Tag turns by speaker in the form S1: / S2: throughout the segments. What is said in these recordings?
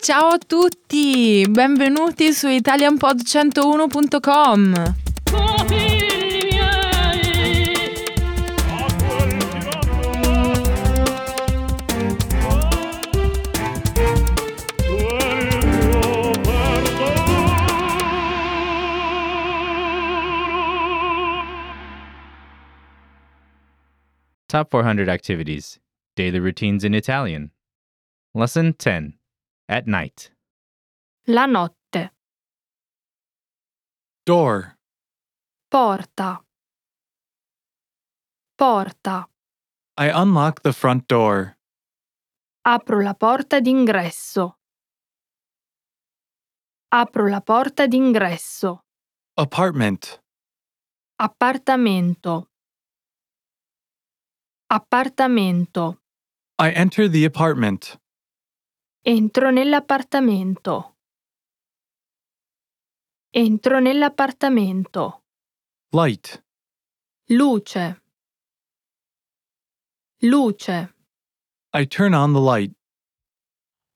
S1: Ciao a tutti, benvenuti su italianpod101.com.
S2: Consigli miei,
S3: Top 400 activities. Daily routines in Italian. Lesson 10. At night.
S4: La notte.
S5: Door.
S4: Porta. Porta.
S5: I unlock the front door.
S4: Apro la porta d'ingresso. Apro la porta d'ingresso.
S5: Apartment.
S4: Appartamento. Appartamento.
S5: I enter the apartment.
S4: Entro nell'appartamento. Entro nell'appartamento.
S5: Light.
S4: Luce. Luce.
S5: I turn on the light.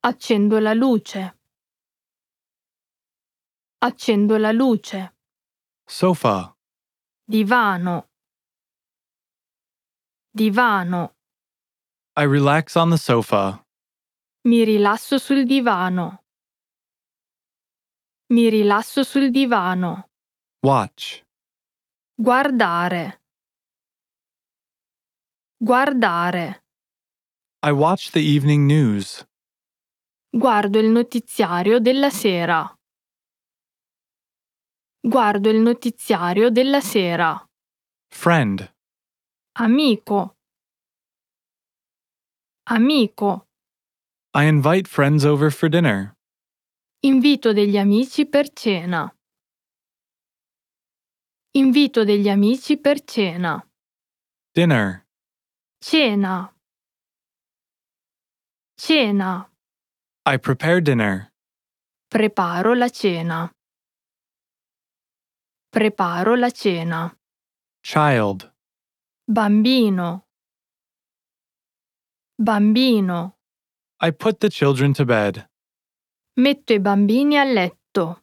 S4: Accendo la luce. Accendo la luce.
S5: Sofa.
S4: Divano. Divano.
S5: I relax on the sofa.
S4: Mi rilasso sul divano. Mi rilasso sul divano.
S5: Watch.
S4: Guardare. Guardare.
S5: I watch the evening news.
S4: Guardo il notiziario della sera. Guardo il notiziario della sera.
S5: Friend.
S4: Amico. Amico.
S5: I invite friends over for dinner.
S4: Invito degli amici per cena. Invito degli amici per cena.
S5: Dinner.
S4: Cena. Cena.
S5: I prepare dinner.
S4: Preparo la cena. Preparo la cena.
S5: Child.
S4: Bambino. Bambino.
S5: I put the children to bed.
S4: Metto i bambini a letto.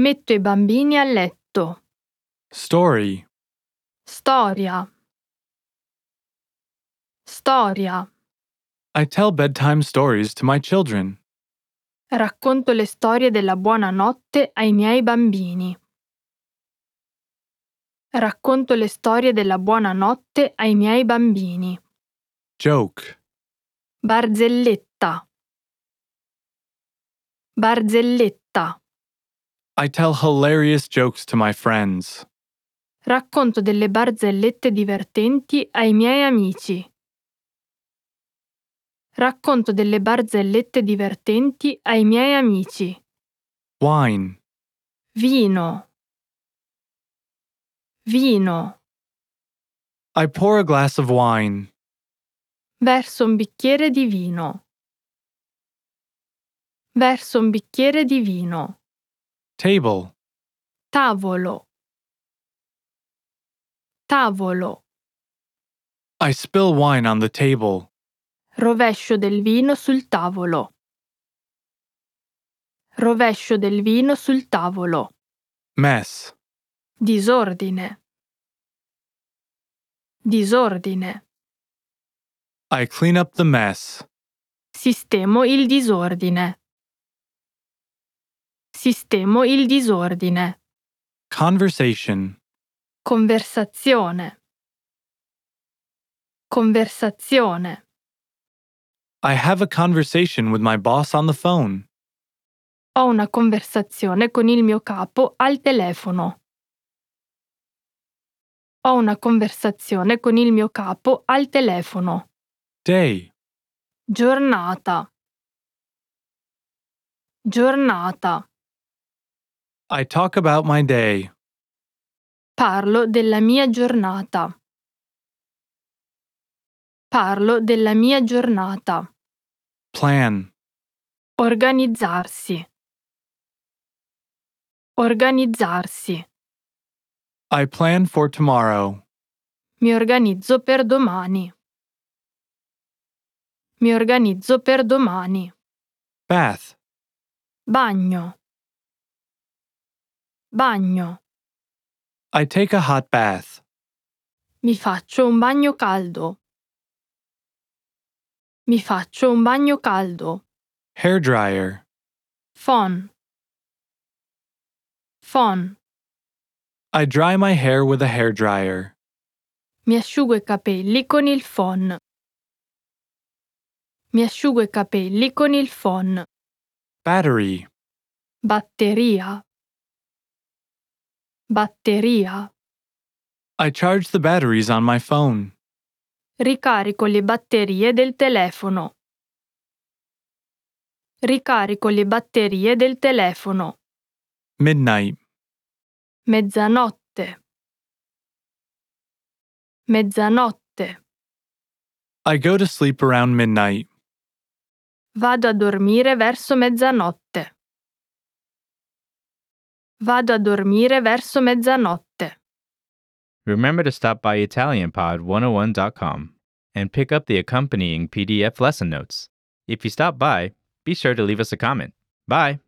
S4: Metto i bambini a letto.
S5: Story.
S4: Storia. Storia.
S5: I tell bedtime stories to my children.
S4: Racconto le storie della buonanotte ai miei bambini. Racconto le storie della buonanotte ai miei bambini.
S5: Joke.
S4: Barzelletta. Barzelletta.
S5: I tell hilarious jokes to my friends.
S4: Racconto delle barzellette divertenti ai miei amici. Racconto delle barzellette divertenti ai miei amici.
S5: Wine.
S4: Vino. Vino.
S5: I pour a glass of wine.
S4: Verso un bicchiere di vino. Verso un bicchiere di vino.
S5: Table.
S4: Tavolo. Tavolo.
S5: I spill wine on the table.
S4: Rovescio del vino sul tavolo. Rovescio del vino sul tavolo.
S5: Mess.
S4: Disordine. Disordine.
S5: I clean up the mess.
S4: Sistemo il disordine. Sistemo il disordine.
S5: Conversation.
S4: Conversazione. Conversazione.
S5: I have a conversation with my boss on the phone.
S4: Ho una conversazione con il mio capo al telefono. Ho una conversazione con il mio capo al telefono.
S5: Day.
S4: Giornata. Giornata.
S5: I talk about my day.
S4: Parlo della mia giornata. Parlo della mia giornata.
S5: Plan.
S4: Organizzarsi. Organizzarsi.
S5: I plan for tomorrow.
S4: Mi organizzo per domani. Mi organizzo per domani.
S5: Bath.
S4: Bagno. Bagno.
S5: I take a hot bath.
S4: Mi faccio un bagno caldo. Mi faccio un bagno caldo.
S5: Hair dryer.
S4: Fon. Fon.
S5: I dry my hair with a hair dryer.
S4: Mi asciugo i capelli con il fon. Mi asciugo i capelli con il fon.
S5: Battery.
S4: Batteria. Batteria.
S5: I charge the batteries on my phone.
S4: Ricarico le batterie del telefono. Ricarico le batterie del telefono.
S5: Midnight.
S4: Mezzanotte. Mezzanotte.
S5: I go to sleep around midnight.
S4: Vado a dormire verso mezzanotte. Vado a dormire verso mezzanotte.
S3: Remember to stop by ItalianPod101.com and pick up the accompanying PDF lesson notes. If you stop by, be sure to leave us a comment. Bye!